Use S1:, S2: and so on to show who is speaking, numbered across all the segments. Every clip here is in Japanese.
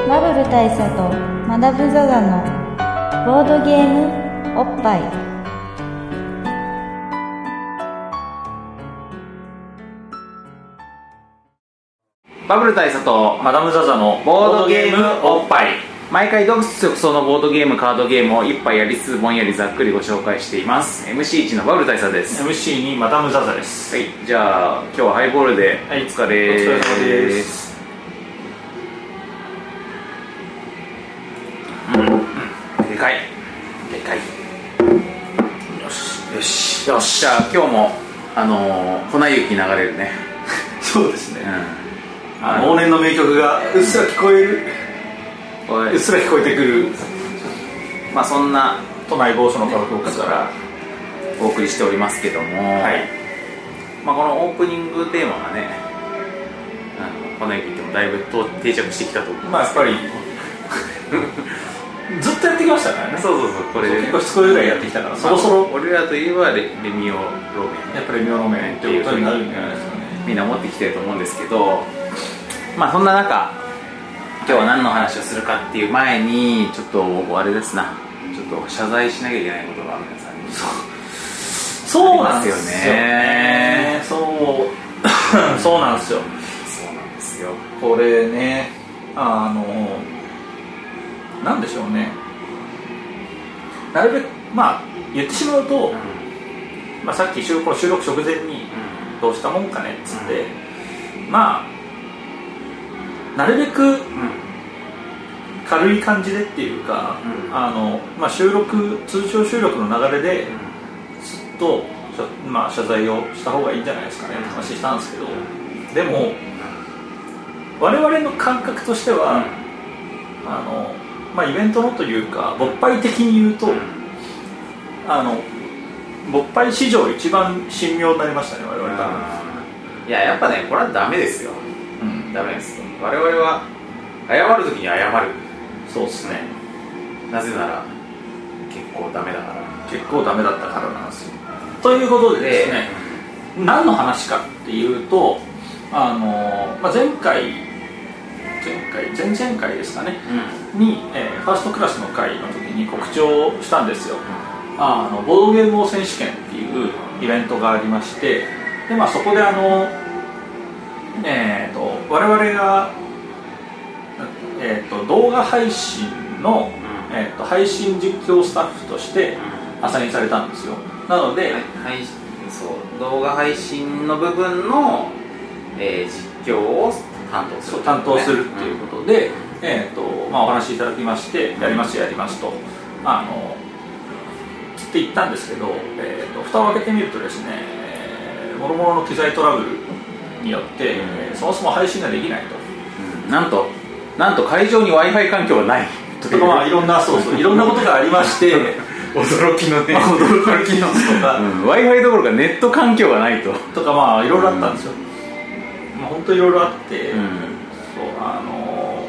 S1: 大佐とマダム・ザ・ザのボードゲームおっぱい
S2: バブル大佐と
S3: マダム・ザ・ザの
S2: ボードゲームおっぱ
S3: い
S2: 毎回独自そのボードゲームカードゲームを一杯やりつつぼんやりざっくりご紹介しています MC1 のバブル大佐です
S3: MC にマダム・ザ・ザです
S2: はいじゃあ今日はハイボールでお
S3: はい
S2: 疲れ
S3: お疲れ様です
S2: うんでかいでかい
S3: よしよし
S2: よっしゃ今日もあのー粉雪流れるね
S3: そうです
S2: う
S3: ね
S2: ん
S3: あの往年の名曲がうっすら聞こえる
S2: こ
S3: うっ
S2: れ
S3: すら聞こえてくる
S2: まあそんな
S3: 都内某所のカラオケボックス
S2: か
S3: からら
S2: お送りしておりますけども、
S3: はい
S2: まあ、このオープニングテーマがねあのこの駅ってもだいぶと定着してきたと思う
S3: まあやっぱり ずっとやってきましたからね
S2: そうそうそうこれ
S3: 結構しつこいぐらいやってきたからそろそ
S2: ま
S3: ろ
S2: あ俺らといえばレレミオロメン
S3: やっぱり妙の面っていうことになるんじゃないですかね
S2: みんな持ってきてると思うんですけどまあそんな中今日は何の話をするかっていう前にちょっと僕あれですなちょっと謝罪しなきゃいけないことが皆さんに
S3: そうなんですよ
S2: あり
S3: ねそうそう なんです
S2: そ
S3: よ
S2: うなんですよ
S3: これねあのなんでしょうねなるべくまあ言ってしまうと、まあ、さっき収録この収録直前にどうしたもんかねっつって、まあなるべく軽い感じでっていうか、
S2: うん
S3: あのまあ、収録通常収録の流れでずっと、まあ、謝罪をした方がいいんじゃないですかねって話したんですけどでも我々の感覚としては、あのまあ、イベントのというか勃発的に言うと、あの勃発史上一番神妙になりましたね我々多分、
S2: いややっぱねこれはダメですよ
S3: うん
S2: ダメですよ我々は謝るときに謝る
S3: そうですね
S2: なぜなら結構ダメだから
S3: 結構ダメだったからなんですよということでですね何の話かっていうとあの、まあ、前回前回前々回ですかねに、えーファーストクラスの会の時に告知をしたんですよあのボードゲーム王選手権っていうイベントがありましてで、まあ、そこであの、えー、と我々が、えー、と動画配信の、
S2: うん
S3: えー、と配信実況スタッフとしてアサインされたんですよなので、
S2: はいそう動画配信の部分の、えー実況を担当す
S3: そう
S2: る
S3: 担当するっていうことで、えーとまあ、お話しいただきましてやりますやりますとあのつって言ったんですけど、えー、と蓋を開けてみるとですねえー諸々の機材トラブルによって、
S2: うん
S3: えーそもそも配信ができないと
S2: うんなんとなんと会場に w i f i 環境がないと
S3: とか、まあ、いろんなそうそういろんなことがありまして
S2: 驚きのね
S3: まあ驚 きのとか
S2: w i f i どころかネット環境がないと、
S3: とかまあいろいろあったんですよ、まあ、本当いろいろあって、そうあの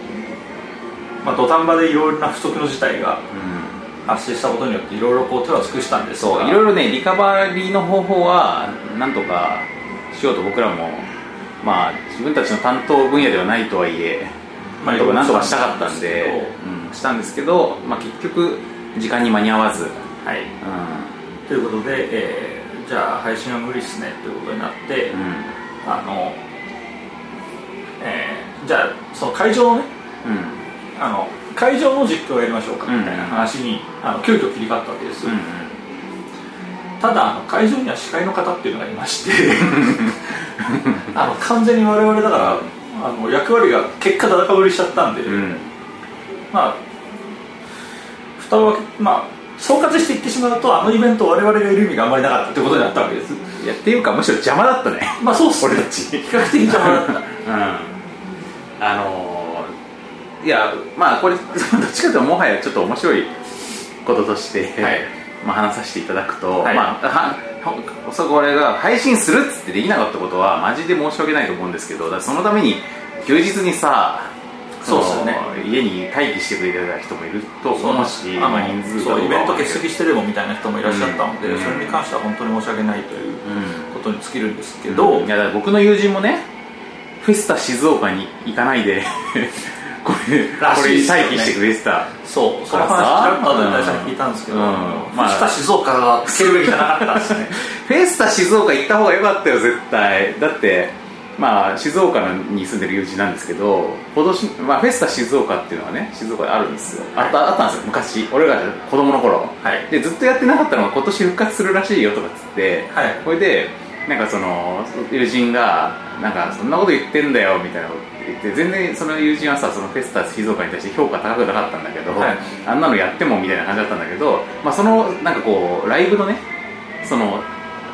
S3: まあ、土壇場でいろいろな不測の事態が発生したことによっていろいろこう手は尽くしたんです
S2: そういろいろねリカバリーの方法はなんとかしようと僕らもまあ自分たちの担当分野ではないとはいえ、
S3: まあ
S2: なんとかなんとかしたかったんで
S3: いろいろしたんです
S2: うんしたんですけど、まあ、結局時間に間に合わず、うん、
S3: はいということで、えーじゃあ配信は無理っすねということになって、
S2: う
S3: あの、えーじゃあその会場のね
S2: ん
S3: あの会場の実況をやりましょうか
S2: うん
S3: みたいな話に、あの急遽切り替わったわけです、
S2: うん
S3: ただあの会場には司会の方っていうのがいまして あの完全に我々だからあの役割が結果戦ぶりしちゃったんで、
S2: うんうん
S3: まあ、蓋を開け、まあ、総括していってしまうと、あのイベント、我々がいる意味があんまりなかったってことになったわけです。
S2: いやっていうかむしろ邪魔だったね
S3: まあ、そうっすね
S2: 俺たち
S3: 比較的邪魔だ った。
S2: うん、あのーいやまあこれ どっちかというともはやちょっと面白いこととして、
S3: はい
S2: まあ、話させていただくと、
S3: はい
S2: まあはほそこ俺が配信するっつってできなかったことはマジで申し訳ないと思うんですけどだからそのために休日にさ
S3: そうっすよね
S2: その家に待機してくれてた人もいると思うし
S3: あの
S2: 人数が
S3: そうイベント欠
S2: す
S3: 席してでもみたいな人もいらっしゃったので、
S2: うん
S3: それに関しては本当に申し訳ないという
S2: う
S3: ことに尽きるんですけ
S2: ん
S3: ど、
S2: いやだから僕の友人もねフェスタ静岡に行かないで これ
S3: らし
S2: こ
S3: いで
S2: れ
S3: すよね
S2: 待機してくれてた
S3: そうその
S2: からさ
S3: 話ちらっと後で大さんに聞いたんですけど、
S2: うんまあ
S3: ました静岡はつけるべきじゃなかった ですね
S2: フェスタ静岡行った方が良かったよ絶対だってまあ静岡に住んでる友人なんですけど今年、まあ、フェスタ静岡っていうのはね静岡であるんですよあったあったんですよ昔俺らが子供の頃、
S3: はい
S2: でずっとやってなかったのが今年復活するらしいよとかっつって、
S3: はい
S2: これでなんかその友人がなんかそんなこと言ってんだよみたいなこと言って全然その友人はさそのフェスタ静岡に対して評価高くなかったんだけど、
S3: はい
S2: あんなのやってもみたいな感じだったんだけど、まあ、そのなんかこうライブのねその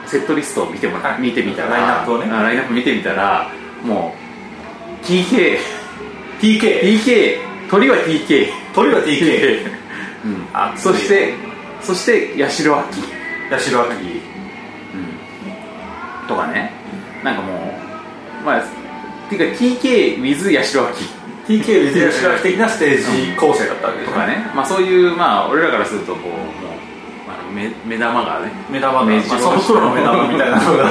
S2: セットリストを見ても、
S3: はい
S2: 見てみたら
S3: ラインナップをね
S2: あラインナップ見てみたらもう TK
S3: TK
S2: TK 鳥は TK
S3: 鳥は TK
S2: うん
S3: あ
S2: そしてそして八代亜紀
S3: 八代亜紀
S2: とかねなんかもうまあっていうか TK with 八代亜紀
S3: TK 水谷白的なステージ構成だったわけです
S2: とかね、まあ、そういうまあ俺らからするとこうもうあの目目玉がね
S3: 目玉が、
S2: 目
S3: まあ、
S2: 白
S3: その頃の目玉みたいなのが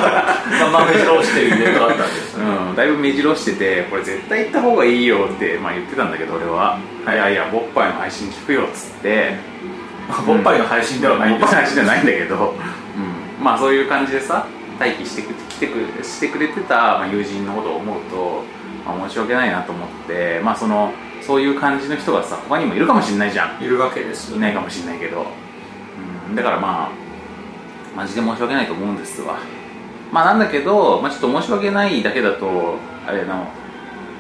S3: まあ目白押してるイベントだったんです
S2: うん、だいぶ目白押しててこれ絶対行った方がいいよって、まあ、言ってたんだけど俺は、い、やいやボッパイの配信聞くよっつって
S3: ボッパイの配信ではないん
S2: ボ
S3: で
S2: ッ
S3: す
S2: パイの配信じゃないんだけど、うん、まあそういう感じでさ待機してく来てくしてくれてた、まあ、友人のことを思うと、まあ、申し訳ないなと思ってまあそのそういう感じの人がさ他にもいるかもしれないじゃん
S3: いるわけです
S2: いないかもしれないけど、うん、だからまあマジで申し訳ないと思うんですわまあなんだけど、まあ、ちょっと申し訳ないだけだとあれの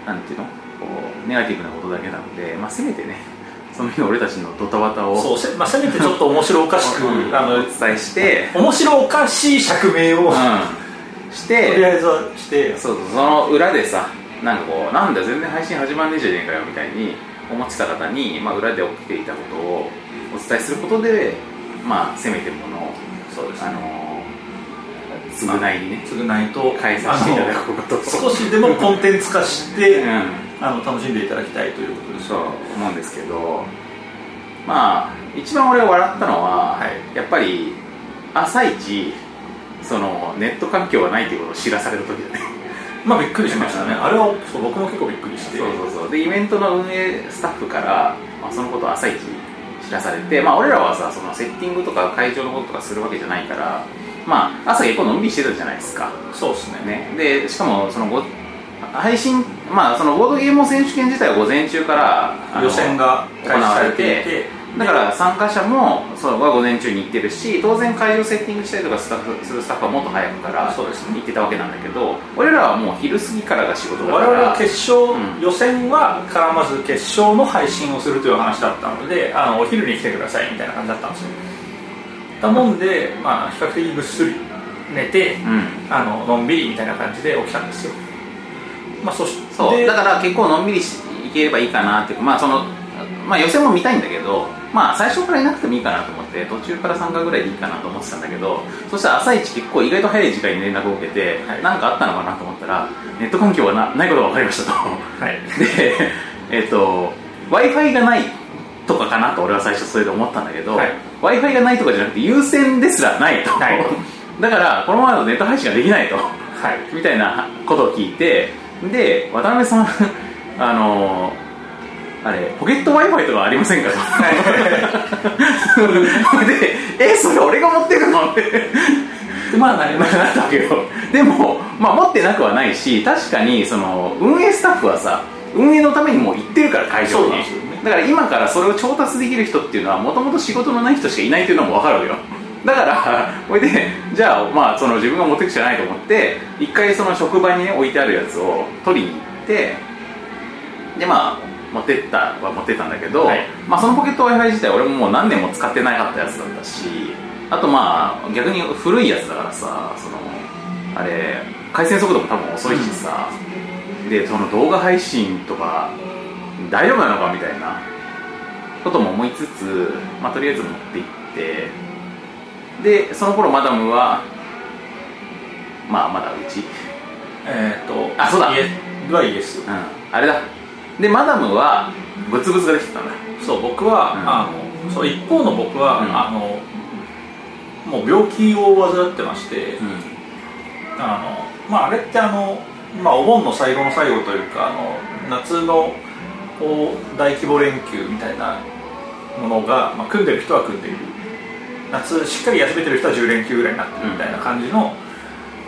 S2: なんていうのこうネガティブなことだけなので、まあ、せめてねその日の俺たちのドタバタを
S3: そうせ,、まあ、せめてちょっと面白おかしく
S2: うん
S3: あの
S2: お伝えして、
S3: 面白おかしい釈明を、
S2: うん、し
S3: とり
S2: て
S3: あえずはして
S2: そうそうその裏でさなんかこうなんだ全然配信始まんねえじゃねえかよみたいに思ってた方に、まあ、裏で起きていたことをお伝えすることでまあせめてものを
S3: そうですね
S2: あのー、償いにね
S3: 償いと
S2: 返させていただくこと
S3: あの少しでもコンテンツ化して、
S2: うん
S3: あの楽しんでいただきたいということです
S2: そう思うんですけどまあ一番俺が笑ったのは、
S3: はい
S2: やっぱり朝一そのネット環境がないということを知らされた時だね
S3: まあびっくりしましたね
S2: うん
S3: あれはそう僕も結構びっくりして
S2: そうそう そうでイベントの運営スタッフから、まあ、そのことを朝一知らされて、まあ、俺らはさそのセッティングとか会場のこととかするわけじゃないから、まあ、朝結構のんびりしてたじゃないですか、
S3: そうですね
S2: ね、でしかもそのご配信、まあ、そのボードゲーム選手権自体は午前中からあの
S3: 予選が開
S2: 行
S3: 始
S2: わ
S3: され
S2: れ
S3: てい
S2: て
S3: て
S2: だから参加者もそうは午前中に行ってるし当然会場セッティングしたりとかスタッフするスタッフはもっと早くから
S3: そうですね
S2: 行ってたわけなんだけど俺らはもう昼過ぎからが仕事だか
S3: 我
S2: ら
S3: 々は決勝、
S2: うん
S3: 予選は絡まず決勝の配信をするという話だったのであのお昼に来てくださいみたいな感じだったんですよだもんで、まあ、比較的ぐっすり寝て、
S2: うん
S3: あののんびりみたいな感じで起きたんですよ、まあ、そして
S2: そうだから結構のんびりしいければいいかなっていうかまあその、まあ、予選も見たいんだけどまあ最初からいなくてもいいかなと思って途中から参加ぐらいでいいかなと思ってたんだけどそしたら朝一結構意外と早い時間に連絡を受けて
S3: はい
S2: 何、なんかあったのかなと思ったらネット環境はなないことが分かりましたと
S3: はい
S2: でえっ、と w i f i がないとかかなと俺は最初それで思ったんだけど、
S3: はい
S2: w i f i がないとかじゃなくて優先ですらないと、
S3: ない
S2: だからこのままだとネット配信ができないと
S3: はい
S2: みたいなことを聞いてで渡辺さんあのあれポケット w i f i とかありませんかとでえそれ俺が持ってくのって
S3: でまあなり
S2: な
S3: ま
S2: っ
S3: した
S2: たわけよでも、まあ、持ってなくはないし確かにその運営スタッフはさ運営のためにもう行ってるから会場
S3: そう
S2: に、
S3: なんですよね
S2: だから今からそれを調達できる人っていうのはもともと仕事のない人しかいないというのも分かるわけよだからこれでじゃあ,、まあその自分が持っていくしかないと思って一回その職場に、ね、置いてあるやつを取りに行ってでまあ持ってったは持ってったんだけど、
S3: はい
S2: まあ、そのポケット w i f i 自体俺ももう何年も使ってなかったやつだったしあとまあ逆に古いやつだからさそのあれ回線速度も多分遅いしさ、でその動画配信とか大丈夫なのかみたいなことも思いつつ、まあ、とりあえず持って行ってでその頃マダムはまあまだうち
S3: えっ、と
S2: あそうだ
S3: イエスはイエス
S2: うんあれだでマダムはブツブツができてたんだ
S3: そう僕は、
S2: うん
S3: あのそう一方の僕は、
S2: うん
S3: あのもう病気を患ってまして、
S2: う
S3: あのまああれってあの、まあ、お盆の最後の最後というかあの夏の大規模連休みたいなものが、まあ、組んでる人は組んでいる夏しっかり休めてる人は10連休ぐらいになってるみたいな感じの,、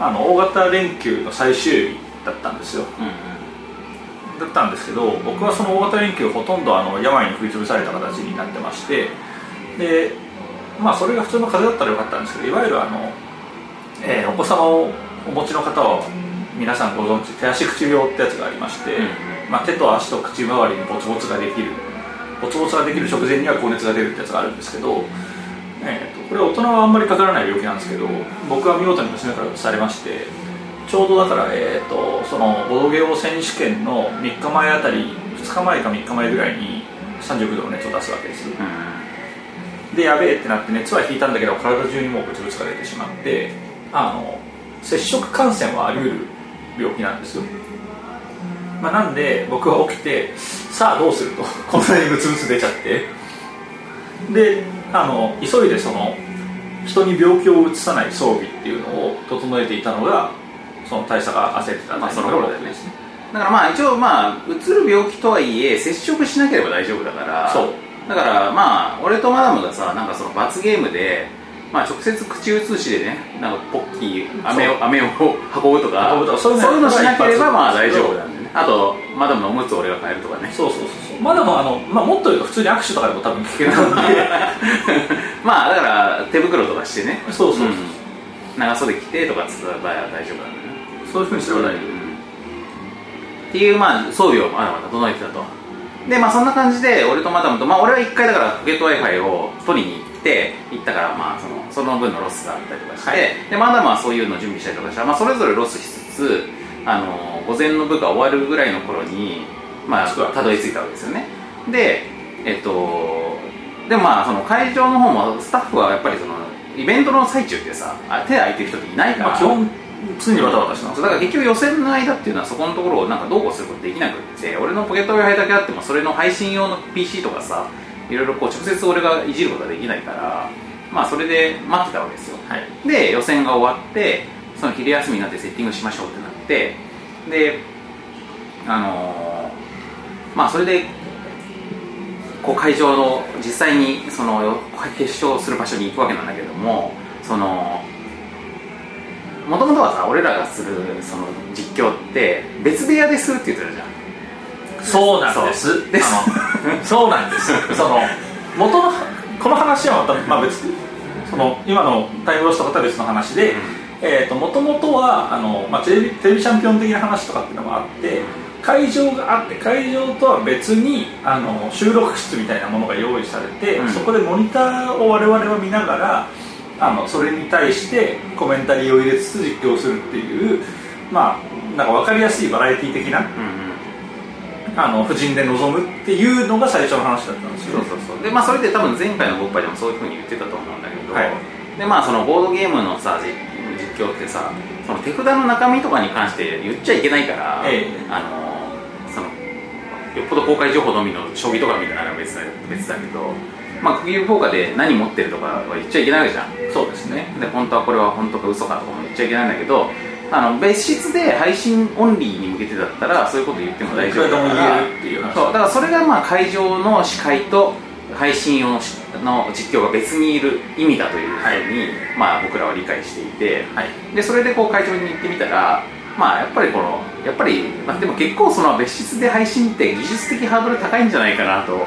S3: あの大型連休の最終日だったんですよ
S2: うんうん
S3: だったんですけど僕はその大型連休ほとんどあの病に食いつぶされた形になってましてでまあそれが普通の風邪だったらよかったんですけどいわゆるあの、えーお子様をお持ちの方は皆さんご存知手足口病ってやつがありまして、
S2: うん
S3: まあ、手と足と口周りにボツボツができるボツボツができる直前には高熱が出るってやつがあるんですけど、えーとこれは大人はあんまりかからない病気なんですけど僕は見事に娘から移されましてちょうどだから、えー、とそのボドゲオ選手権の3日前あたり2日前か3日前ぐらいに39度の熱を出すわけです
S2: うん
S3: でやべえってなって熱は引いたんだけど体中にもうブツブツが出てしまってあの接触感染はあり得る病気なんですよ、まあ、なんで僕は起きてさあどうするとこんなにブツブツ出ちゃってであの急いでその人に病気をうつさない装備っていうのを整えていたのがその大佐が焦ってた
S2: まあその
S3: 頃
S2: 頃だよねだからまあ一応まあうつる病気とはいえ接触しなければ大丈夫だから
S3: そう
S2: だからまあ俺とマダムがさなんかその罰ゲームでまあ直接口移しでねなんかポッキー飴を飴を運ぶとか
S3: 運ぶとかそういうの
S2: のしなければまあ
S3: そうい
S2: 大
S3: う
S2: 丈
S3: の
S2: 夫なんでねあとマダムのおむつを俺が変えるとかね
S3: そうそうそうそうまあでもあの、まあ、もっと言うと普通に握手とかでも多分聞けたんで
S2: まあだから手袋とかしてね
S3: そうそうそう、
S2: ん長袖着てとかっつった場合は大丈夫なんだね
S3: そういうふうにすれば大丈夫
S2: っていうまあ装備をまだまだ整えてたとでまあそんな感じで俺とマダムとまあ俺は一回だからポケット w i f i を取りに行って行ったからまあそのその分のロスがあったりとかして、でマダムはそういうのを準備したりとかしたら、まあ、それぞれロスしつつあの午前の部が終わるぐらいの頃にまあ
S3: 着くわけ
S2: たどり着いたわけですよねでえっとでもまあその会場の方もスタッフはやっぱりそのイベントの最中ってさあ手空いてる人っていないから、
S3: まあ、基本常にバタバタしてます
S2: そうだから結局予選の間っていうのはそこのところをなんかどうこうすることできなくって俺のポケット w i f i だけあってもそれの配信用の PC とかさいろいろこう直接俺がいじることができないからまあそれで待ってたわけですよ
S3: はい、
S2: で予選が終わってその昼休みになってセッティングしましょうってなってであのーまあそれでこう会場の実際にその決勝する場所に行くわけなんだけどもそのもともとはさ俺らがするその実況って別部屋でするって言ってたじゃん
S3: そうなんです
S2: です
S3: あのそうなんですその元のこの話はまた、まあ、別にその今のタイムロスとかとは別の話で、
S2: うん
S3: えー、と元々はあの、まあ、テレビテレビチャンピオン的な話とかっていうのもあって会場があって会場とは別にあの収録室みたいなものが用意されて、
S2: うん
S3: そこでモニターを我々は見ながらあのそれに対してコメンタリーを入れつつ実況するっていうまあなんか分かりやすいバラエティー的な
S2: うんうん
S3: あの夫人で臨むっていうのが最初の話だったんですけ
S2: そ
S3: ど
S2: うそうそうでまあそれって多分前回の「ゴッパイ」でもそういうふうに言ってたと思うんだけど、
S3: はい
S2: でまあそのボードゲームのさ実実況ってさその手札の中身とかに関して言っちゃいけないから、
S3: ええ
S2: あのそのよっぽど公開情報のみの将棋とかみたいなのは別だ別だけどまあ区切り効果で何持ってるとかは言っちゃいけないわけじゃん
S3: そうです
S2: ねで本当はこれは本当か嘘かとかも言っちゃいけないんだけどあの別室で配信オンリーに向けてだったらそういうこと言っても大丈夫だか
S3: いくら
S2: ら
S3: でも言えるっていう話
S2: そうだからそれがまあ会場の司会と配信用のしの実況が別にいる意味だというふうに、まあ、僕らは理解していて、
S3: はい
S2: でそれでこう会場に行ってみたらまあやっぱりこのやっぱり、まあ、でも結構その別室で配信って技術的ハードル高いんじゃないかなと思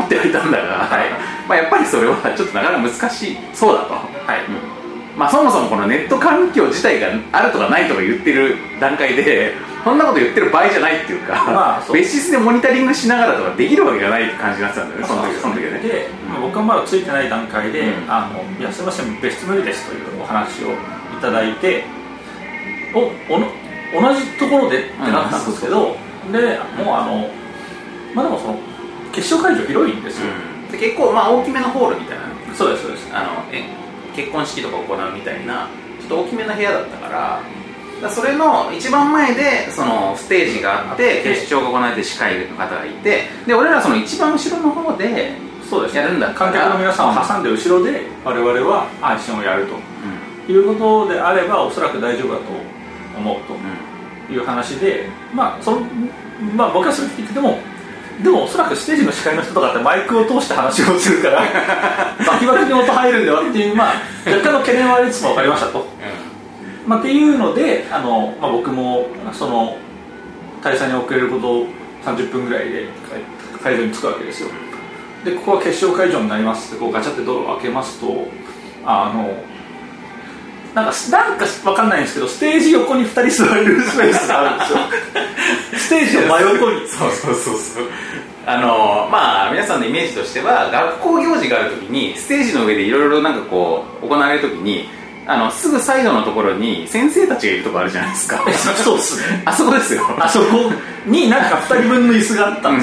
S2: ってはいたんだが、
S3: はい
S2: まあやっぱりそれはちょっとなかなか難しいそうだと、
S3: はい
S2: うんまあ、そもそもこのネット環境自体があるとかないとか言ってる段階でそんなこと言ってる場合じゃないっていうか、
S3: まあそう
S2: 別室でモニタリングしながらとかできるわけがない感じになってたんだよねその時その時はね
S3: で、まあ僕はまだついてない段階で「
S2: うん
S3: あのいやすみません別室無理です」というお話をいただいておおの同じところでってなったんですけど、でもうあのまあでもその決勝会場広いんですよ、
S2: うんで結構まあ大きめのホールみたいな
S3: そうですそうです
S2: あのえ結婚式とか行うみたいなちょっと大きめな部屋だったからだからそれの一番前でそのステージがあって決勝が行われて司会の方がいてで俺らその一番後ろの方で、
S3: そうです
S2: やるんだ
S3: 観客の皆さんを挟んで後ろで我々は配信をやるということであればおそらく大丈夫だと思うと、いう話で、まあそのまあ、僕はそれ聞いててもでもおそらくステージの司会の人とかってマイクを通して話をするからバキバキに音入るんだよっていう、まあ、若干の懸念はありつつも分かりましたと、まあ、っていうのであの、まあ、僕もその大佐に遅れることを30分ぐらいで会場に着くわけですよでここは決勝会場になりますってこうガチャってドアを開けますとあのなんかなんか分かんないんですけどステージ横に2人座れるスペースが あるんですよステージの真横に
S2: そうそうそうそうあのまあ皆さんのイメージとしては学校行事があるときにステージの上でいろいろなんかこう行われるときにあのすぐサイドのところに先生たちがいるとこあるじゃないです か
S3: そうっすね
S2: あそこですよ
S3: あそこになんか2人分の椅子があったん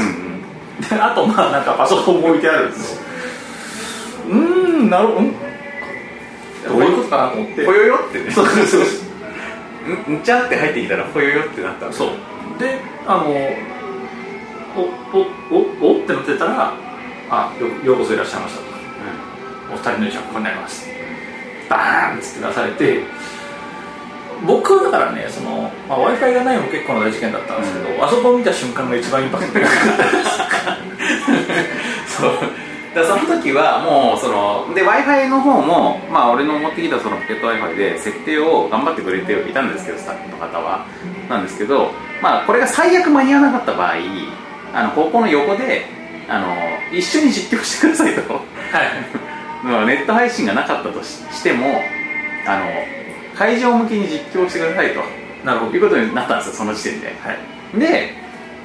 S3: ですよ、で あとまあなんかパソコンも置いてあるんですようーんなるほどんどういうことかなと思って
S2: ぽよよってね
S3: そうそうそう
S2: うんちゃって入ってきたらぽよよってなった
S3: そうであのおおおおってなってたら「あよようこそいらっしゃいました」と「お二人の衣装はここになります」バーンっつって出されて僕はだからねその、まあ、w i f i がないのも結構な大事件だったんですけど、あそこを見た瞬間が一番インパクトが
S2: そうだからその時はもうそので w i f i の方もまあ俺の持ってきたそのポケット w i f i で設定を頑張ってくれていたんですけどスタッフの方はなんですけどまあこれが最悪間に合わなかった場合あの高校の横であの一緒に実況してくださいと まあネット配信がなかったとししてもあの会場向けに実況してくださいと
S3: なるほ
S2: いうことになったんですよその時点で
S3: はい
S2: で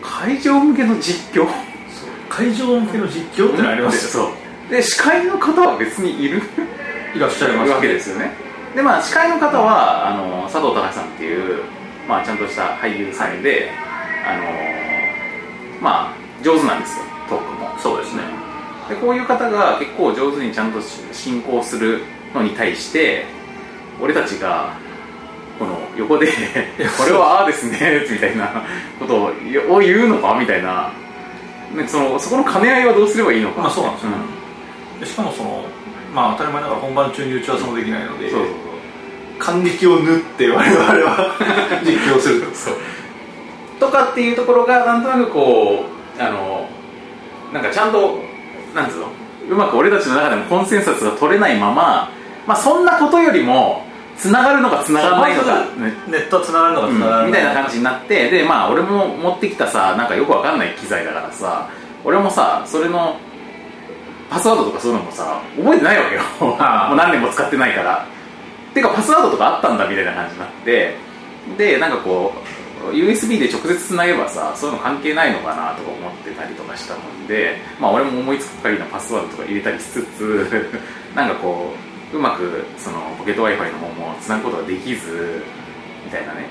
S2: 会場向けの実況
S3: そう会場向けの実況ってのありますよ、
S2: そうで司会の方は別にいる
S3: いらっしゃいま
S2: い
S3: す
S2: わけですよねでまあ司会の方はあの佐藤隆さんっていう、まあ、ちゃんとした俳優さんで、あのまあ上手なんですよトークも
S3: そうですね
S2: でこういう方が結構上手にちゃんと進行するのに対して俺たちがこの横で「これはああですね」みたいなことをお言うのかみたいなねそのそこの兼ね合いはどうすればいいのか、
S3: まあそうなんですよ
S2: うん
S3: でしかもそのまあ当たり前ながら本番中に打ち合わせもできないので
S2: そうそう
S3: 感激を縫って我 々は実況するとそ
S2: そ
S3: う
S2: うとかっていうところがなんとなくこうあのなんかちゃんとなんつうのうまく俺たちの中でもコンセンサスが取れないまままあそんなことよりもつながるのかつながらないのか、ね
S3: ネットはつながるのかつながらないのか、
S2: みたいな感じになってでまあ俺も持ってきたさなんかよくわかんない機材だからさ俺もさそれのパスワードとかそういうのもさ覚えてないわけよ も
S3: ああ
S2: う何年も使ってないからてかパスワードとかあったんだみたいな感じになってでなんかこう USB で直接つなげばさそういうの関係ないのかなとか思ってたりとかしたもんでまあ俺も思いつく限りのパスワードとか入れたりしつつ なんかこううまくそのポケット w i f i の方もつなぐことができずみたいなね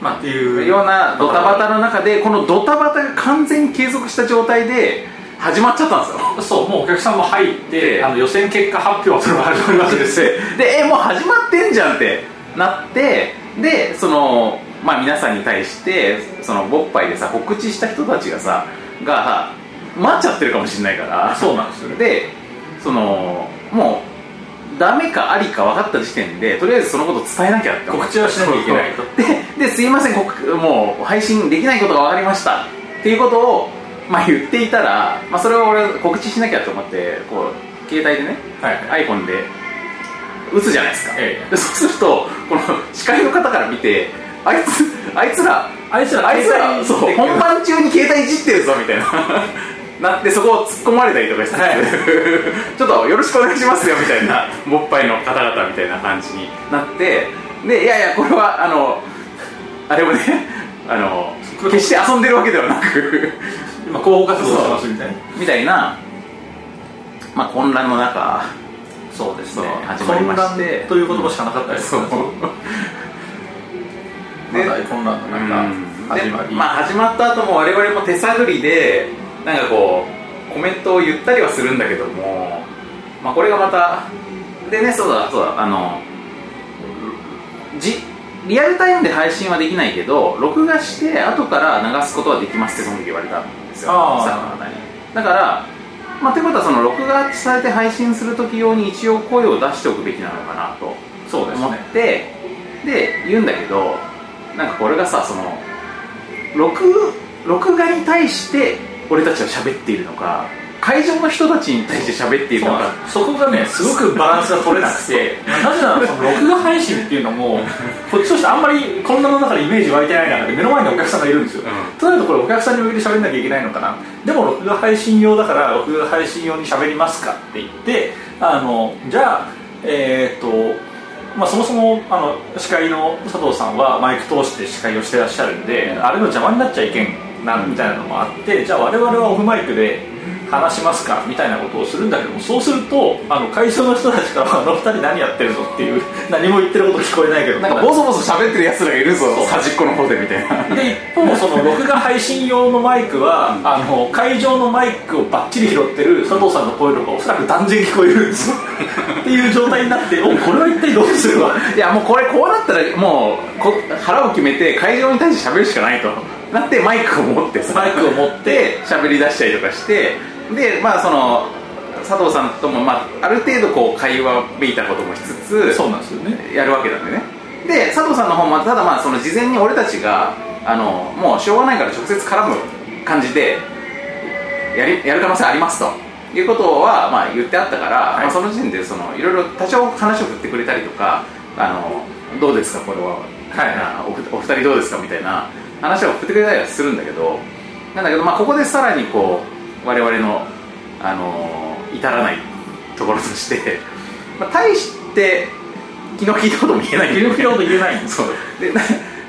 S3: まあっていう
S2: ようなドタバタの中でこのドタバタが完全に継続した状態で始まっちゃったんですよ
S3: そうもうお客さんも入って、
S2: ええ
S3: あの予選結果発表とか始まるわけ ですよ
S2: でえもう始まってんじゃんってなってでそのまあ皆さんに対してそのボッパイでさ告知した人たちがさが待っちゃってるかもしれないから
S3: そうなんですよね
S2: でそのもうダメかありか分かった時点でとりあえずそのこと伝えなきゃって思って
S3: 告知はしなきゃいけないと
S2: でですいませんこもう配信できないことが分かりましたっていうことを、まあ、言っていたら、まあ、それを俺告知しなきゃと思ってこう携帯でね
S3: はい
S2: iPhone で打つじゃないですか、
S3: ええ
S2: でそうするとこの司会の方から見てあいつあいつら
S3: あいつら
S2: あいつらそう
S3: 携帯
S2: 本番中に携帯いじってるぞみたいな なってそこを突っ込まれたりとかして、 ちょっとよろしくお願いしますよみたいなもっぱいの方々みたいな感じになってでいやいやこれはあのあれもねあの決して遊んでるわけではなく
S3: 今広報活動してますみたいな
S2: みたいな、まあ、混乱の中
S3: そうです
S2: ね始まり
S3: 混
S2: まし
S3: 乱
S2: て
S3: という言葉しかなかったです
S2: そう
S3: ねまだ混乱の
S2: うん
S3: 中始ま
S2: で
S3: り
S2: まあ、始まった後も我々も手探りでなんかこうコメントを言ったりはするんだけども、まあ、これがまたでねそうだそうだあのじリアルタイムで配信はできないけど録画して後から流すことはできますってその時言われたんですよ
S3: あー
S2: スタッフの方にだからまあ、ということはその録画されて配信する時用に一応声を出しておくべきなのかなと
S3: そうです
S2: 思
S3: ね
S2: ってで言うんだけどなんかこれがさその録録画に対して俺たちは喋っているのか会場の人たちに対して喋っているのか
S3: そこがねすごくバランスが取れなくてなぜならその録画配信っていうのもこっちとしてあんまりこんなの中でイメージ湧いてない中で目の前にお客さんがいるんですよ、
S2: うん
S3: となるとこれお客さんに向けて喋んなきゃいけないのかなでも録画配信用だから録画配信用に喋りますかって言ってあのじゃあえーっとまあ、そもそもあの司会の佐藤さんはマイク通して司会をしてらっしゃるんで、あれの邪魔になっちゃいけんなみたいなのもあってじゃあ我々はオフマイクで話しますかみたいなことをするんだけどもそうするとあの会場の人たちからはあの二人何やってるぞっていう何も言ってること聞こえないけど
S2: なんかボソボソ喋ってるやつらがいるぞ
S3: そう
S2: 端っこの方でみたいな
S3: で一方その録画配信用のマイクは、あの会場のマイクをバッチリ拾ってる佐藤さんの声とかおそらく断然聞こえるんですよっていう状態になっておこれは一体どうするわ
S2: いやもうこれこうなったらもうこ腹を決めて会場に対して喋るしかないとなってマイクを持ってさ
S3: マイクを持って
S2: 喋り出したりとかしてでまあその佐藤さんとも、まあ、ある程度こう会話めいたこともしつつ
S3: そうなんですよね
S2: やるわけなんでねで佐藤さんの方もただまあその事前に俺たちがあのもうしょうがないから直接絡む感じでやりやる可能性ありますということはまあ言ってあったから、まあ、その時点でそのいろいろ多少話を振ってくれたりとかあのどうですかこれは、
S3: はい
S2: あおふお二人どうですかみたいな話を振ってくれたりはするんだけどなんだけど、まあ、ここでさらにこう我々の、あの至らないところとして、まあ、大して気の利いたことも言えない
S3: ギルフィロード言えないんです
S2: そうでな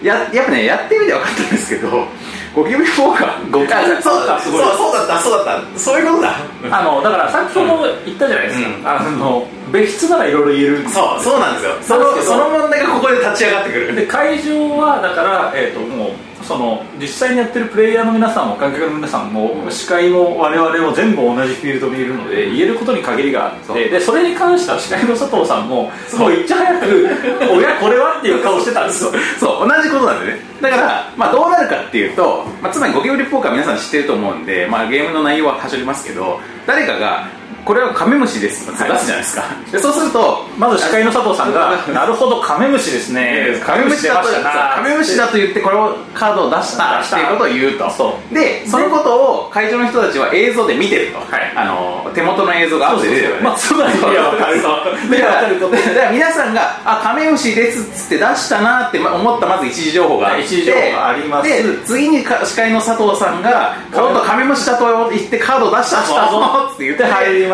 S2: ややっぱねやってみて分かったんですけどゴキブリフォーカー
S3: ゴキブリフォーカー
S2: あそうだ
S3: す
S2: そう
S3: ごい
S2: そうだったそうだったそういうことだ
S3: あのだから先ほど言ったじゃないですか、
S2: うん
S3: あの別室ならいろいろ言えるんです
S2: そうそうなんですよそのその問題がここで立ち上がってくる
S3: で会場はだから、えー、ともうその実際にやってるプレイヤーの皆さんも観客の皆さんも、司会も我々も全部同じフィールドにいるので言えることに限りがあって
S2: そう
S3: でそれに関しては司会の佐藤さんももういっち早く「おやこれは?」っていう顔してたんですよ
S2: そう同じことなんでねだから、まあ、どうなるかっていうと、まあ、つまりゴキブリポーカー皆さん知ってると思うんで、まあ、ゲームの内容は端折りますけど誰かがこれはカメムシですとか出すじゃないですか、でそうすると
S3: まず司会の佐藤さんが「なるほどカメムシですね
S2: カメムシ
S3: 出
S2: だ
S3: ま
S2: と
S3: したな」
S2: カメムシだと言ってこれをカードを出したっ
S3: 出した
S2: ていうことを言うと
S3: そ
S2: でそのことを会場の人たちは映像で見てると、
S3: はい
S2: あの手元の映像が後で出てるよね
S3: まあつまりいやわかると
S2: だ
S3: い
S2: か
S3: やわ
S2: ら
S3: かると
S2: だから皆さんが「あカメムシです」っつって出したなってま思ったまず一時情報があって
S3: 一時情報があります
S2: で次にか司会の佐藤さんが「ちょっとカメムシだと言ってカード出したしたぞ」って言って
S3: 入ります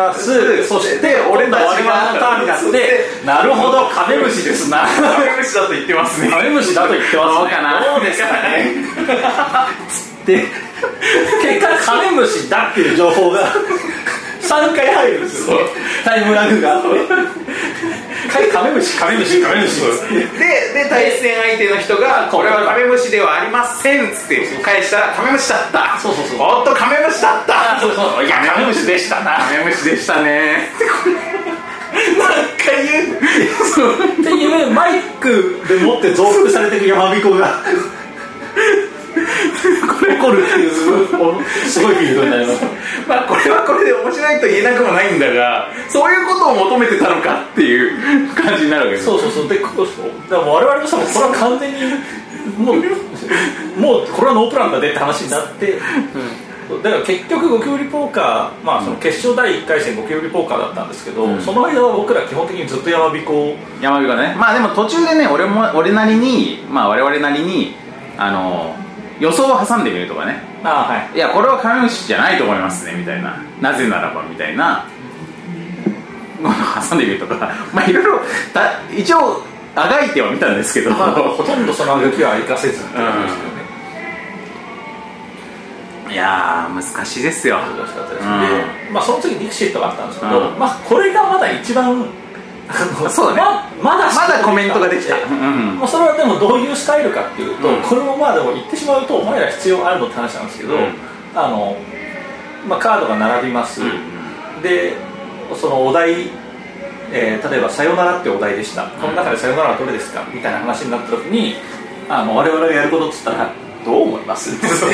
S3: そして俺たちがターンになってなるほどカメムシですな
S2: メムシだと言ってます
S3: カメムシだと言ってますね
S2: どうかな
S3: どうですかねで結果カメムシだっていう情報が3回入るんですよねタイムラグがあってはいカメムシカメムシカメムシ
S2: でで対戦相手の人が「これはカメムシではありません」っつって返したら「カメムシだった」
S3: そうそうそう
S2: おっとカメムシだった
S3: そうそういやカメムシでしたな
S2: カメムシでしたね何回言う
S3: っていうマイクで持って増幅されてる山彦がこれ怒るっていう すごいフィールドになります
S2: まあこれはこれで面白いと言えなくもないんだがそういうことを求めてたのかっていう 感じになるわけです
S3: そうそうそうでここそうだからもう我々としてもこれは完全にもうもうこれはノープランだねって話になって、だから結局ゴキブリポーカー、まあ、その決勝第1回戦ゴキブリポーカーだったんですけど、
S2: うん
S3: その間は僕ら基本的にずっと山彦を
S2: 山火がねまあでも途中でね俺も俺なりにまあ我々なりにあの予想を挟んでみるとかね
S3: ああはい
S2: いやこれはカメムシじゃないと思いますねみたいななぜならばみたいな ものを挟んでみるとかまあいろいろた一応あがいてはみたんですけど、
S3: まあ、ほとんどその動きは生かせずって感じですよね、
S2: いやー難しいですよ
S3: 難しかったですね、まあ、その次ディクシットがあったんですけど、
S2: うん
S3: まあ、これがまだ一番あの
S2: そうだね
S3: ままだ
S2: まだコメントができた
S3: うん
S2: うんうん
S3: もうそれはでもどういうスタイルかっていうと、
S2: うん
S3: これもまあでも言ってしまうとお前ら必要あるのって話なんですけど、
S2: うん
S3: あのまあ、カードが並びます、でそのお題、えー例えば「さよなら」ってお題でした、この中で「さよなら」はどれですかみたいな話になった時にあの我々がやることっつったら「どう思います?」って
S2: そう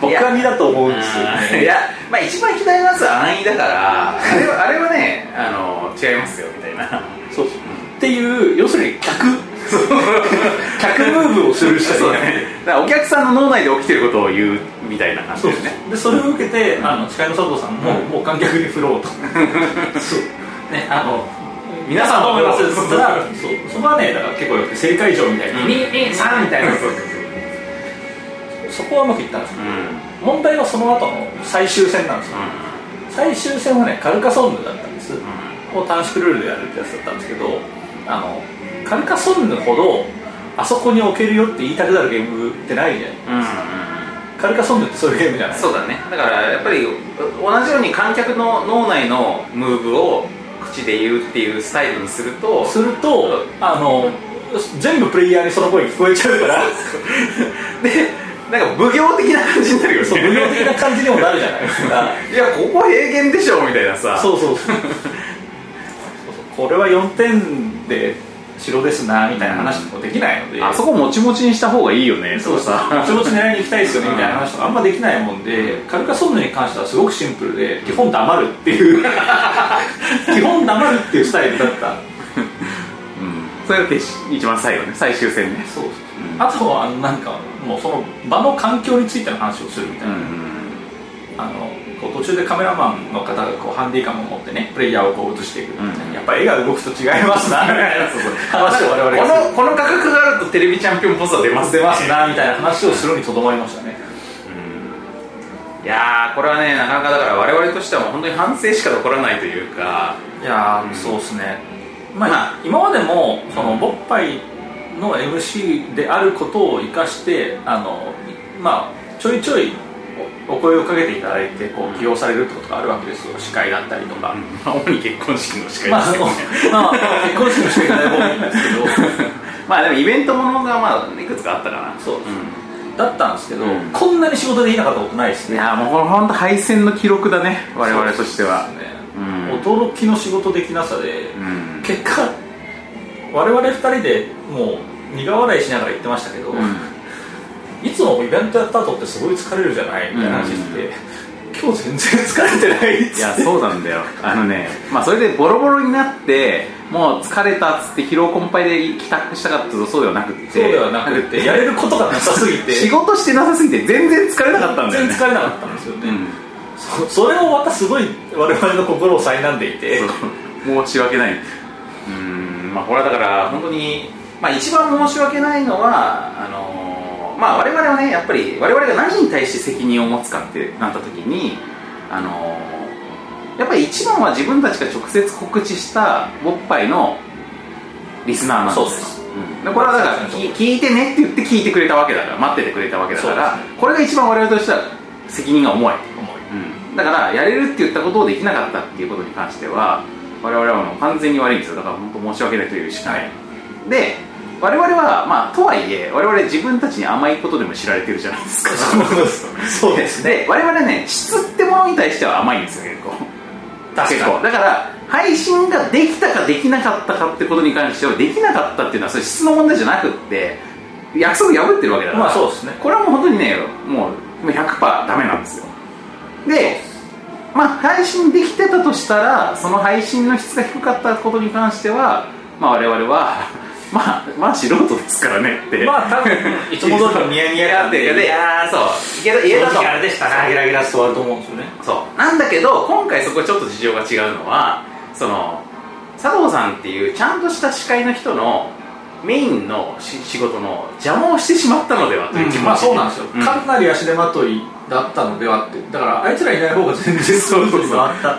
S3: 僕は2だと思うんですよね
S2: いや、まあ、一番左のやつは安易だから、あれはあれはね、あの違いますよみたいな、
S3: そうそうっていう要するに客客ムーブをする人
S2: そうね、だからお客さんの脳内で起きてることを言うみたいな感じ
S3: そう
S2: で
S3: です
S2: ね
S3: ねでそれを受けて、あの司会の佐藤さんも、もう観客に振ろう とそうねあの
S2: 皆さん
S3: どう思います
S2: そう
S3: ただそうそこはねだから結構よくて正解上みたいな、
S2: うん
S3: 223みたいなそこはうまくいったんですよ
S2: うんうん
S3: 問題はその後の最終戦なんですよ、最終戦はねカルカソンヌだったんです、を短縮ルールでやるってやつだったんですけどあのカルカソンヌほどあそこに置けるよって言いたくなるゲームってないじゃん
S2: うんうん
S3: カルカソンヌってそういうゲームじゃない
S2: そうだねだからやっぱりう同じように観客の脳内のムーブを口で言うっていうスタイルにすると
S3: するとあの全部プレイヤーにその声聞こえちゃう から
S2: でなんか奉行的な感じになるよね
S3: そう無料的な感じにもなるじゃないですか
S2: いやここ平原でしょみたいなさ
S3: そうそうそうこれは4点で白ですなみたいな話もできないので、
S2: あそこもちもちにした方がいいよね
S3: そう
S2: とか
S3: さ
S2: さ
S3: 気持ち狙いに行きたいですよねみたいな話とかあんまできないもんでカルカソンヌに関してはすごくシンプルで基本黙るって いう基本黙るっていうスタイルだった
S2: うんそれが決し一番最後ね最終戦ね
S3: そうあとはなんかもうその場の環境についての話をするみたいな、
S2: ん
S3: あのこう途中でカメラマンの方がこうハンディカムを持ってねプレイヤーをこう映していく、
S2: うん
S3: やっぱ絵が動くと違いますなみたいな話 を我々がする
S2: このこの価格があるとテレビチャンピオンポスト出ます
S3: 出ますなみたいな話をするにとどまりましたね
S2: いやーこれはねなかなかだから我々としてはもう本当に反省しか残らないというか
S3: いやー、そうですねまあ今までもそのボッパイの MC であることを生かしてあのまあちょいちょいおお声をかけていただいてこう起用されるってことがあるわけですよ司会だったりとか、
S2: まあ主に結婚式の司会
S3: ま
S2: で
S3: あ
S2: す
S3: そ
S2: けど
S3: の
S2: ね、
S3: まあ結婚式の司会がだいぶ多いんですけど
S2: まあでもイベントものがまあいくつかあったかな
S3: そうです
S2: ん
S3: だったんですけど、
S2: うん
S3: こんなに仕事できなかったことないです
S2: い
S3: ね
S2: やもうこれ本当敗戦の記録だね我々としては
S3: そうですね
S2: うん
S3: 驚きの仕事できなさで、
S2: うん
S3: 結果我々二人でもう苦笑いしながら言ってましたけど、いつもイベントやった後ってすごい疲れるじゃないみたいな話して、今日全然疲れてないっつって
S2: いやそうなんだよあのねまあそれでボロボロになってもう疲れたっつって疲労困憊で帰宅したかったとそうではなくって
S3: そうではなくてやれることがなさすぎて
S2: 仕事してなさすぎて全然疲れなかったんだよ
S3: 全
S2: ね
S3: 然疲れなかったんですよね、
S2: うん
S3: そそれをまたすごい我々の心を苛んでいて
S2: そう申し訳ないうんまあこれはだから本当にまあ一番申し訳ないのはあのーまあ我々はねやっぱり我々が何に対して責任を持つかってなった時にあのーやっぱり一番は自分たちが直接告知したボッパイのリスナーなんですよ
S3: そうです
S2: うんでこれはだから聞聞いてねって言って聞いてくれたわけだから待っててくれたわけだから、
S3: そうです
S2: これが一番我々としては責任が重い
S3: 思い
S2: うんだからやれるって言ったことをできなかったっていうことに関しては我々はもう完全に悪いんですよだから本当申し訳ないというしかない、で我々はまあとはいえ我々自分たちに甘いことでも知られてるじゃないですか
S3: そうですね
S2: で我々ね質ってものに対しては甘いんですよ結構
S3: 確
S2: 結
S3: か
S2: 構だから配信ができたかできなかったかってことに関してはできなかったっていうのはそれ質の問題じゃなくって約束破ってるわけだ
S3: に
S2: から、
S3: まあそうですね
S2: これはもう本当にねもうもう100%ダメなんですよでまあ配信できてたとしたらその配信の質が低かったことに関してはまあ我々は まあまあ素人ですからねって
S3: まあ 多分いつも通りのニヤニヤ
S2: や
S3: 感
S2: って
S3: で
S2: いうかでいやーそういけど言えたと
S3: ゲラゲラ座ると思うんですよね
S2: そうなんだけど今回そこちょっと事情が違うのはその佐藤さんっていうちゃんとした司会の人のメインのし仕事の邪魔をしてしまったのではという気持ち、
S3: まあそうなんですよ、
S2: うん
S3: かなり足手まといだったのではってだからあいつらいない方が全然そういうことがあった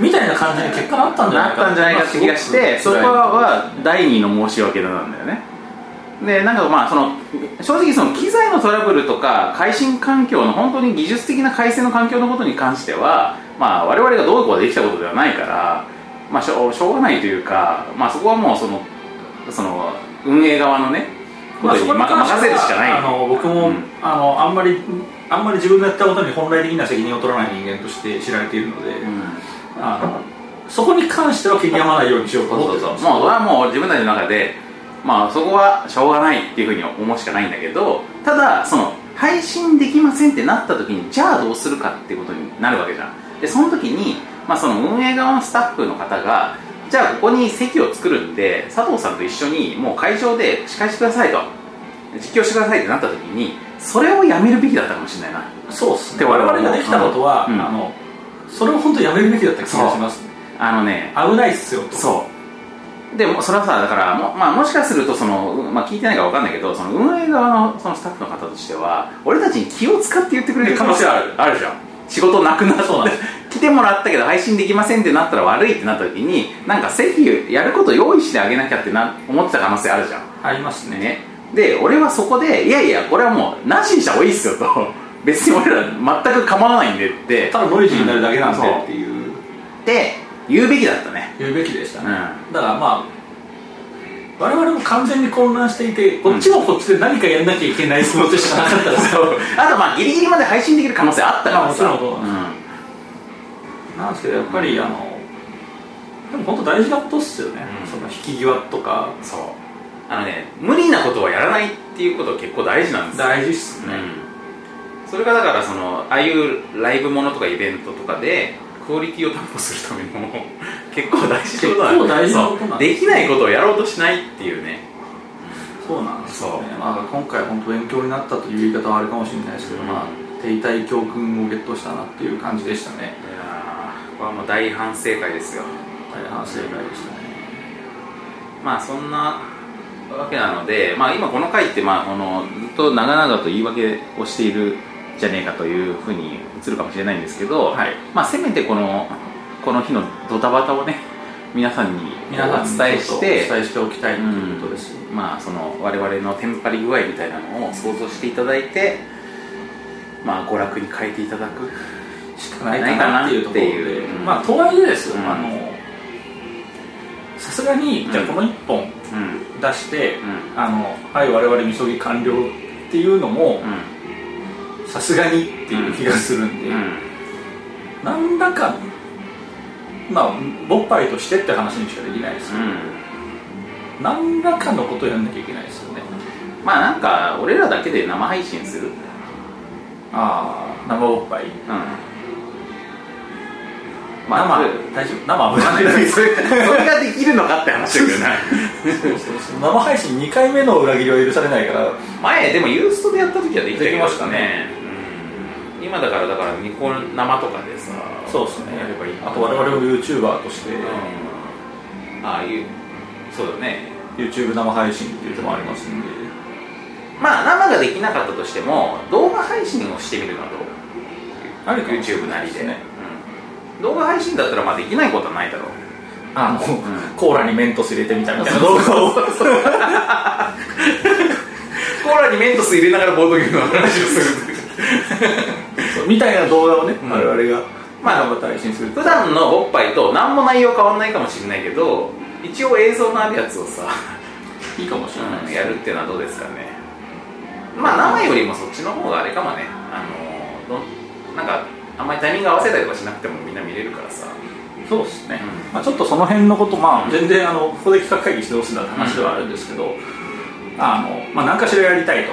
S3: みたいな感じに結果なったんじゃな
S2: ないっ
S3: か
S2: たんじゃないかって気がして、そこは第二の申し訳だなんだよね。でなんかまあその正直その機材のトラブルとか回信環境の本当に技術的な改正の環境のことに関してはまあ我々がどうこうできたことではないからまあしょうしょうがないというかまあそこはもうそのその運営側のねこ
S3: ま
S2: と
S3: あ
S2: に
S3: そこに
S2: ま
S3: 関しては
S2: 任せるしかない。
S3: あの僕も、
S2: うん
S3: あのあんまりあんまり自分がやったことに本来的な責任を取らない人間として知られているので、
S2: うん
S3: あのそこに関しては気に病まないようにしようと
S2: そう
S3: 思っ
S2: そう
S3: て
S2: そう
S3: たん
S2: も
S3: で
S2: う
S3: す
S2: それはもう自分たちの中でまあそこはしょうがないっていうふうに思うしかないんだけどただその配信できませんってなった時にじゃあどうするかっていうことになるわけじゃんでその時に、まあ、その運営側のスタッフの方がじゃあここに席を作るんで佐藤さんと一緒にもう会場で司会してくださいと実況してくださいってなった時にそれをやめるべきだったかもしれないな
S3: そうっすね
S2: で
S3: 我
S2: 我々も
S3: 々ができたことは、
S2: うん
S3: あのそれを本当やめるべきだった気がします
S2: あのね
S3: 危ないっすよと
S2: そうでもそれはさだからも,、まあ、もしかするとその、うまあ、聞いてないかわかんないけどその運営側のそのスタッフの方としては俺たちに気を使って言ってくれる可能性はあるあるじゃん仕事なくなって
S3: そうなんで
S2: 来てもらったけど配信できませんってなったら悪いってなった時になんか席やること用意してあげなきゃってな思ってた可能性あるじゃん
S3: ありますね
S2: ね、で俺はそこでいやいやこれはもうなしにした方がいいっすよと別に俺ら全く構わないんでって
S3: ただノイジーになるだけなんで
S2: うん
S3: っていう
S2: って言うべきだったね
S3: 言うべきでした
S2: うん
S3: ね、だからまあ我々も完全に混乱していてこっちもこっちで何かやんなきゃいけない気持ちしかなかったですよ
S2: あとまあギリギリまで配信できる可能性あったからさ
S3: まあもちろんそうなんですけどやっぱりあのでも本当大事なことっすよね、
S2: うん
S3: その引き際とか
S2: うん、そうあのね無理なことはやらないっていうこと結構大事なんですよ
S3: 大事っすね、
S2: うん、それがだからそのああいうライブものとかイベントとかでクオリティを担保するための 結構大事なことなんだよ
S3: 結構大事なことなん
S2: そ
S3: だ
S2: うできないことをやろうとしないっていうね
S3: そうなんですよね
S2: そ、
S3: まあ、今回本当勉強になったという言い方はあるかもしれないですけど、
S2: うん
S3: まあ停滞教訓をゲットしたなっていう感じでしたね
S2: いやーこれはもう大反省会ですよ
S3: 大反省会でしたね
S2: まあそんなわけなので、まあ、今この回ってまあこのずっと長々と言い訳をしているじゃねえかというふうに映るかもしれないんですけど、
S3: はい
S2: まあ、せめてこのこの日のドタバタをね皆さんに
S3: 皆さんに
S2: お伝えして
S3: ちょっとお伝えしておきたいということです、
S2: まあその我々のテンパり具合みたいなのを想像していただいてまあ娯楽に変えていただく
S3: しかないかなっていうところ
S2: ないかなってい
S3: で、
S2: ううん
S3: まあとはいえですよ、
S2: うん
S3: あのさすがに
S2: うん
S3: じゃあこの1本
S2: うんうん
S3: 出して、あのはい我々みそぎ完了っていうのも
S2: う
S3: さすがにっていう気がするんで、
S2: んうん
S3: なんだかまあ勃発としてって話にしかできないですよ、何らかのことをやんなきゃいけないですよね
S2: うんまあなんか俺らだけで生配信する
S3: ああ生おっぱい
S2: うんまあ
S3: 生
S2: そう
S3: 大丈夫生危
S2: そ
S3: ない
S2: れそれができるのかって話だけどな
S3: そうそうそう生配信2回目の裏切りは許されないから
S2: 前でもユーストでやった時はできたけど
S3: できました
S2: ね、うん今だからだからニコ生とかでさ
S3: そうですね
S2: やればいい
S3: あと我々も YouTuber として、
S2: うんああいうそうだね
S3: YouTube 生配信っていう手もありますんで
S2: まあ生ができなかったとしても動画配信をしてみるのはどう
S3: ある
S2: YouTube なりで、うん動画配信だったらまあできないことはないだろう
S3: あの、
S2: ん
S3: コーラにメントス入れてみたみたいな動画を
S2: コーラにメントス入れながらボードゲームの話をする
S3: みたいな動画をね、
S2: うん
S3: 我々が
S2: まあ
S3: また配信する
S2: 普段のおっぱいと何も内容変わんないかもしれないけど一応映像のあるやつをさ、
S3: いいかもしれない
S2: うん
S3: です
S2: やるっていうのはどうですかねまあ生よりもそっちの方があれかもねあのどんなんかあんまりタイミング合わせたりとかしなくてもみんな見れるからさ
S3: そうですね、
S2: うん
S3: まあ、ちょっとその辺のこと、まあ、全然あのここで企画会議してほしいなって話ではあるんですけど、あのまあ、何かしらやりたいと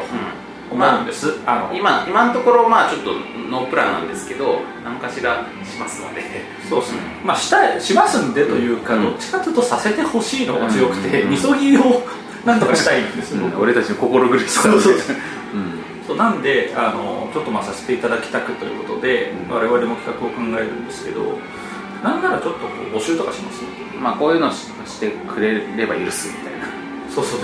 S3: 思うんです、あの
S2: 今今のところまあちょっとノープランなんですけど何かしらしますので
S3: そうですね、まあ、したいしますんでというか、
S2: うん
S3: どっちかというとさせてほしいのが強くて、
S2: うん
S3: みそぎをなんとかしたいんですよ、僕
S2: 俺たちの心苦しさ
S3: をね
S2: うん
S3: そうなんであのちょっとまあさせていただきたくということで、
S2: うん
S3: 我々も企画を考えるんですけどなんならちょっとこう募集とかします
S2: まあこういうのししてくれれば許すみたいな
S3: そうそう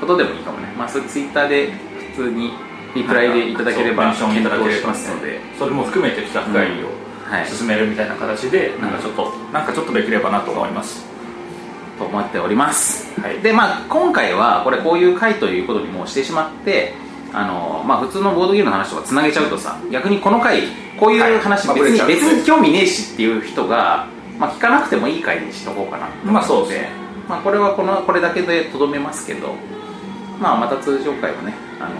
S2: ことでもいいかもねまあそれツイッターで普通にリプライでいただければ
S3: そうメンシ
S2: 検
S3: ョンいただけ
S2: 討
S3: れ
S2: し
S3: ば
S2: ますので
S3: それも含めて企画会議を、
S2: はい
S3: 進めるみたいな形で、なんかちょっと、なんかちょっとできればなと思います。
S2: と思っております、
S3: はい
S2: でまあ今回はこれこういう回ということにもうしてしまってあのまあ普通のボードゲームの話とかつなげちゃうとさ逆にこの回こういう話
S3: は
S2: 別
S3: いまあぶれ
S2: に、
S3: ちゃう
S2: 別に興味ねえしっていう人が、まあ、聞かなくてもいい回にしとこうかなと
S3: まあそうですね
S2: まあ、これはこのこれだけでとどめますけど、まあ、また通常回もね、あの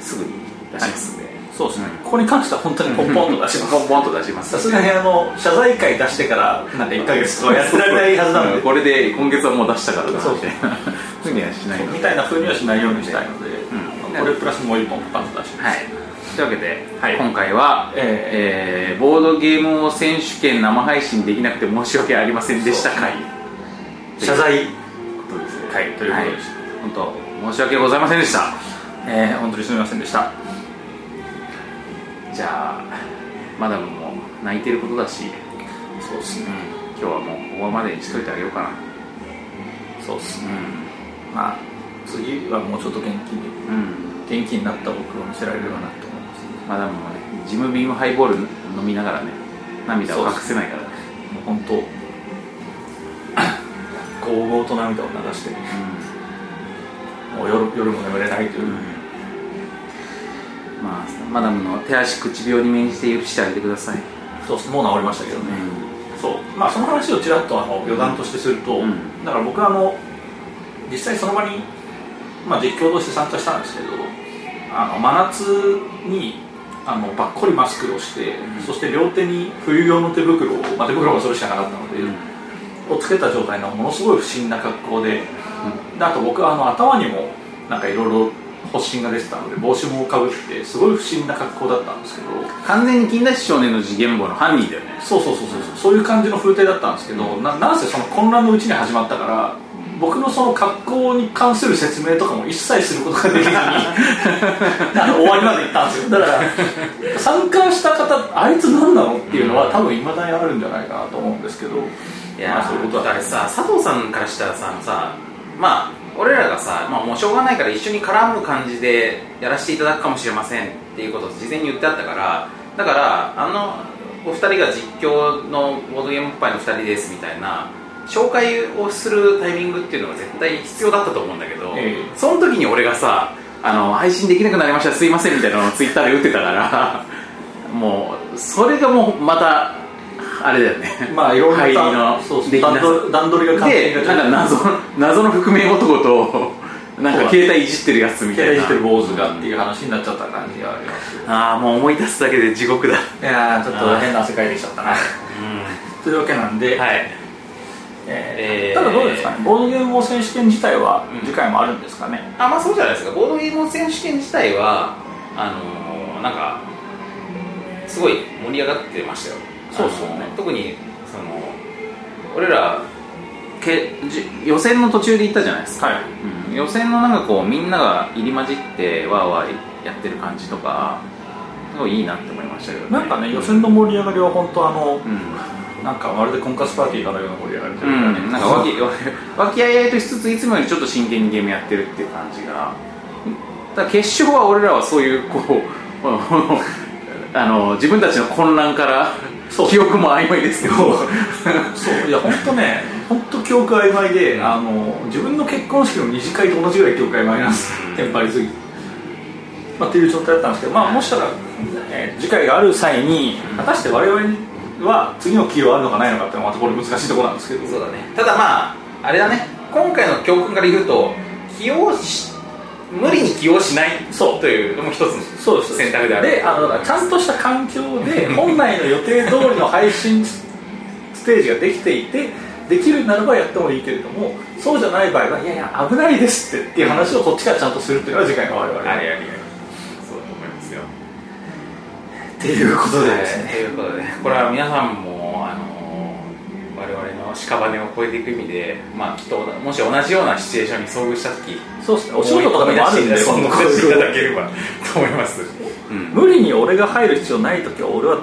S2: すぐに出しますんで、
S3: そうですね
S2: うん。
S3: ここに関しては本当にポンポンと出します。
S2: ポンポンと出します
S3: さすがにあの謝罪会出してからなんか1ヶ月とかやってられないはずなの
S2: う
S3: で
S2: んこれで今月はもう出したからな
S3: そう
S2: みたいなふうにはしないの
S3: み
S2: で
S3: たいな風にはしないようにしたいので、
S2: うん
S3: これプラスもう1本パンと出します、
S2: はい、というわけで、
S3: はい
S2: 今回は、えーボードゲームを選手権生配信できなくて申し訳ありませんでした回
S3: 謝罪
S2: ということですね
S3: 会ということでした、
S2: は本当申し訳ございませんでした
S3: えー、本当にすみませんでした
S2: じゃあマダムも泣いてることだし、
S3: そうです
S2: うん、今日はもうここまでにしといてあげようかな
S3: そうっす
S2: う
S3: まあ次はもうちょっと元気に
S2: んうん
S3: 元気になった僕を見せられればなと思います
S2: マダムもねジムビームハイボール飲みながらね涙を隠せないからね
S3: もう本当 ゴーゴーと涙を流してもう夜夜も眠れないという、
S2: うんまあマダムの手足口病に免じて許してあげてください
S3: そうっすもう治りましたけどね、そうまあその話をちらっとあの余談としてすると、
S2: うん
S3: だから僕はあの実際その場に、まあ、実況として参加したんですけどあの真夏にあのばっこりマスクをして、
S2: うん
S3: そして両手に冬用の手袋を、まあ、手袋がそれしかなかったので、をつけた状態のものすごい不審な格好で、であと僕はあの頭にもなんかいろいろ発疹が出てたので帽子もかぶってすごい不審な格好だったんですけど
S2: 完全に金田一少年の次元簿の犯人だよね
S3: そうそうそうそうそうそういう感じの風景だったんですけど、ななんせその混乱のうちに始まったから僕のその格好に関する説明とかも一切することができず にあの終わりまで行ったんですよだから参加した方あいつ何なのっていうのは多分いまだにあるんじゃないかなと思うんですけど
S2: いや
S3: まあ
S2: ー
S3: そういうことは
S2: だからさ佐藤さんからしたらささまあ俺らがさ、まあ、もうしょうがないから一緒に絡む感じでやらせていただくかもしれませんっていうことを事前に言ってあったからだからあのお二人が実況のボードゲームパイの二人ですみたいな紹介をするタイミングっていうのが絶対必要だったと思うんだけど、
S3: ええ
S2: その時に俺がさあの配信できなくなりましたすいませんみたいなのをツイッターで打ってたからもうそれがもうまたあれだよね
S3: まあいろんな
S2: 入りの
S3: そうそう
S2: できな
S3: 段
S2: さ
S3: 取り段取りが完
S2: で
S3: 璧
S2: なんか謎の謎の覆面男となんか携帯いじってるやつみたいな
S3: してる坊主がっていう話になっちゃった感じがあります
S2: ああもう思い出すだけで地獄だ
S3: いやーちょっ
S2: あ
S3: と
S2: ー
S3: 変な汗かいてきちゃったな というわけなんで、
S2: はいえ
S3: えー
S2: ー
S3: ただどうですかねボードゲーム王選手権自体は
S2: うん
S3: 次回もあるんですかね、
S2: あまあそうじゃないですかボードゲーム選手権自体はあのーなんかすごい盛り上がってましたよ
S3: そうそうね
S2: あのー特にその俺らけじ予選の途中で行ったじゃないですか、
S3: はい
S2: うん予選のなんかこうみんなが入り混じってわーわーやってる感じとかすごいいいなって思いましたけど、
S3: なんかね予選の盛り上がりは本当あの、
S2: うん
S3: なんかまるで婚活パーティーかのような盛り上がりと
S2: う
S3: い
S2: ん
S3: うか、ね、
S2: なんか 和気和気あいあいとしつついつもよりちょっと真剣にゲームやってるっていう感じがただ決勝は俺らはそういうこう あの自分たちの混乱から
S3: そう
S2: 記憶も曖昧ですけど
S3: そういや本当ね本当記憶曖昧で、
S2: うん
S3: あの自分の結婚式の二次会と同じぐらい記憶曖昧なんです、
S2: うん
S3: テンパりすぎて、まあ、っていう状態だったんですけどまあもしかしたら、えー次回がある際に
S2: うん
S3: 果たして我々は次の企業あるのかないのかっていうのはまたこれ難しいところなんですけど
S2: そうだねただまああれだね今回の教訓から言うと起用し無理に起用しない
S3: そう
S2: というのも一つの
S3: そうです
S2: 選択である
S3: であのちゃんとした環境で 本来の予定通りの配信ステージができていてできるならばやってもいいけれどもそうじゃない場合はいやいや危ないですってっていう話をこっちからちゃんとするっていうのが次回の我々
S2: あれあれあれそうだと思いますよ
S3: っていうことでです
S2: は
S3: ね
S2: いということで、これは皆さんも、あのー我々の屍を越えていく意味で、まあ、きっと、もし同じようなシチュエーションに遭遇したとき、
S3: そうですねお仕事とかでもあるんで
S2: そ
S3: そん
S2: ん
S3: な
S2: な
S3: こ
S2: ことしていただ
S3: と
S2: ければと思います。うん
S3: 無理に俺が入る必要ない時は俺は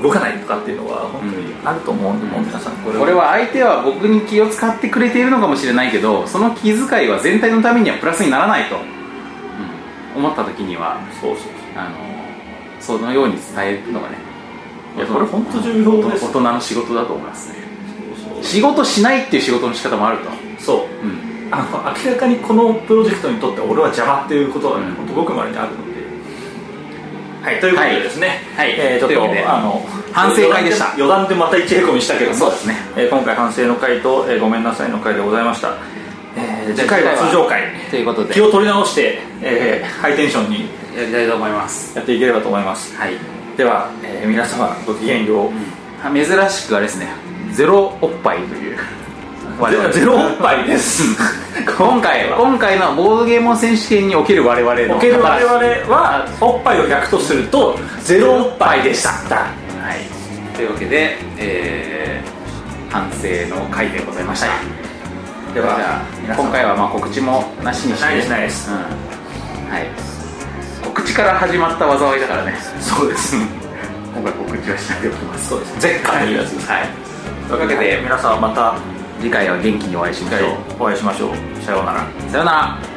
S3: 動かないとかっていうのは本当にあると思うんで、もう皆さんこれ
S2: これは相手は僕に気を使ってくれているのかもしれないけどその気遣いは全体のためにはプラスにならないと、うん思った時には
S3: そうそう
S2: あのーそのように伝えるのがね
S3: いやこれ本当重要です
S2: 大人の仕事だと思いますね
S3: そう
S2: 仕事しないっていう仕事の仕方もあると、
S3: そう
S2: うん、
S3: あの明らかにこのプロジェクトにとって俺は邪魔っていうことは、ね
S2: うん
S3: 本当ごくまれにあるので、はい、ということでですね、
S2: はい
S3: えーちょっ
S2: というわけで
S3: とあの
S2: 反省会でした
S3: 余談で余談でまた一へこみしたけども
S2: そうですね
S3: えー今回反省の会と、えーごめんなさいの会でございました、えー次回は通常会
S2: ということで
S3: 気を取り直して、えーハイテンションに
S2: やりたいと思います
S3: やっていければと思います
S2: はい、
S3: では、えー皆様ごきげんよう、
S2: は珍しくあれですねゼロおっぱいと いう我々
S3: ゼロおっぱい です
S2: 今回は今回のボードゲーム選手権における我々の
S3: おける我々
S2: は
S3: はおっぱいを100とするとゼロおっぱいでした
S2: いというわけで、えー、反省の回でございました
S3: では
S2: じゃ
S3: 皆
S2: あ
S3: さん
S2: 今回はまあ告知もなしにして
S3: ないですないです
S2: うんはい告知から始まった災いだからねそうです今回告知はしないでおきます
S3: そうです前回のやつです
S2: はい
S3: というわけで皆さんまた
S2: 次回は元気にお会いしましょう
S3: お会いしましょうさようなら
S2: さようなら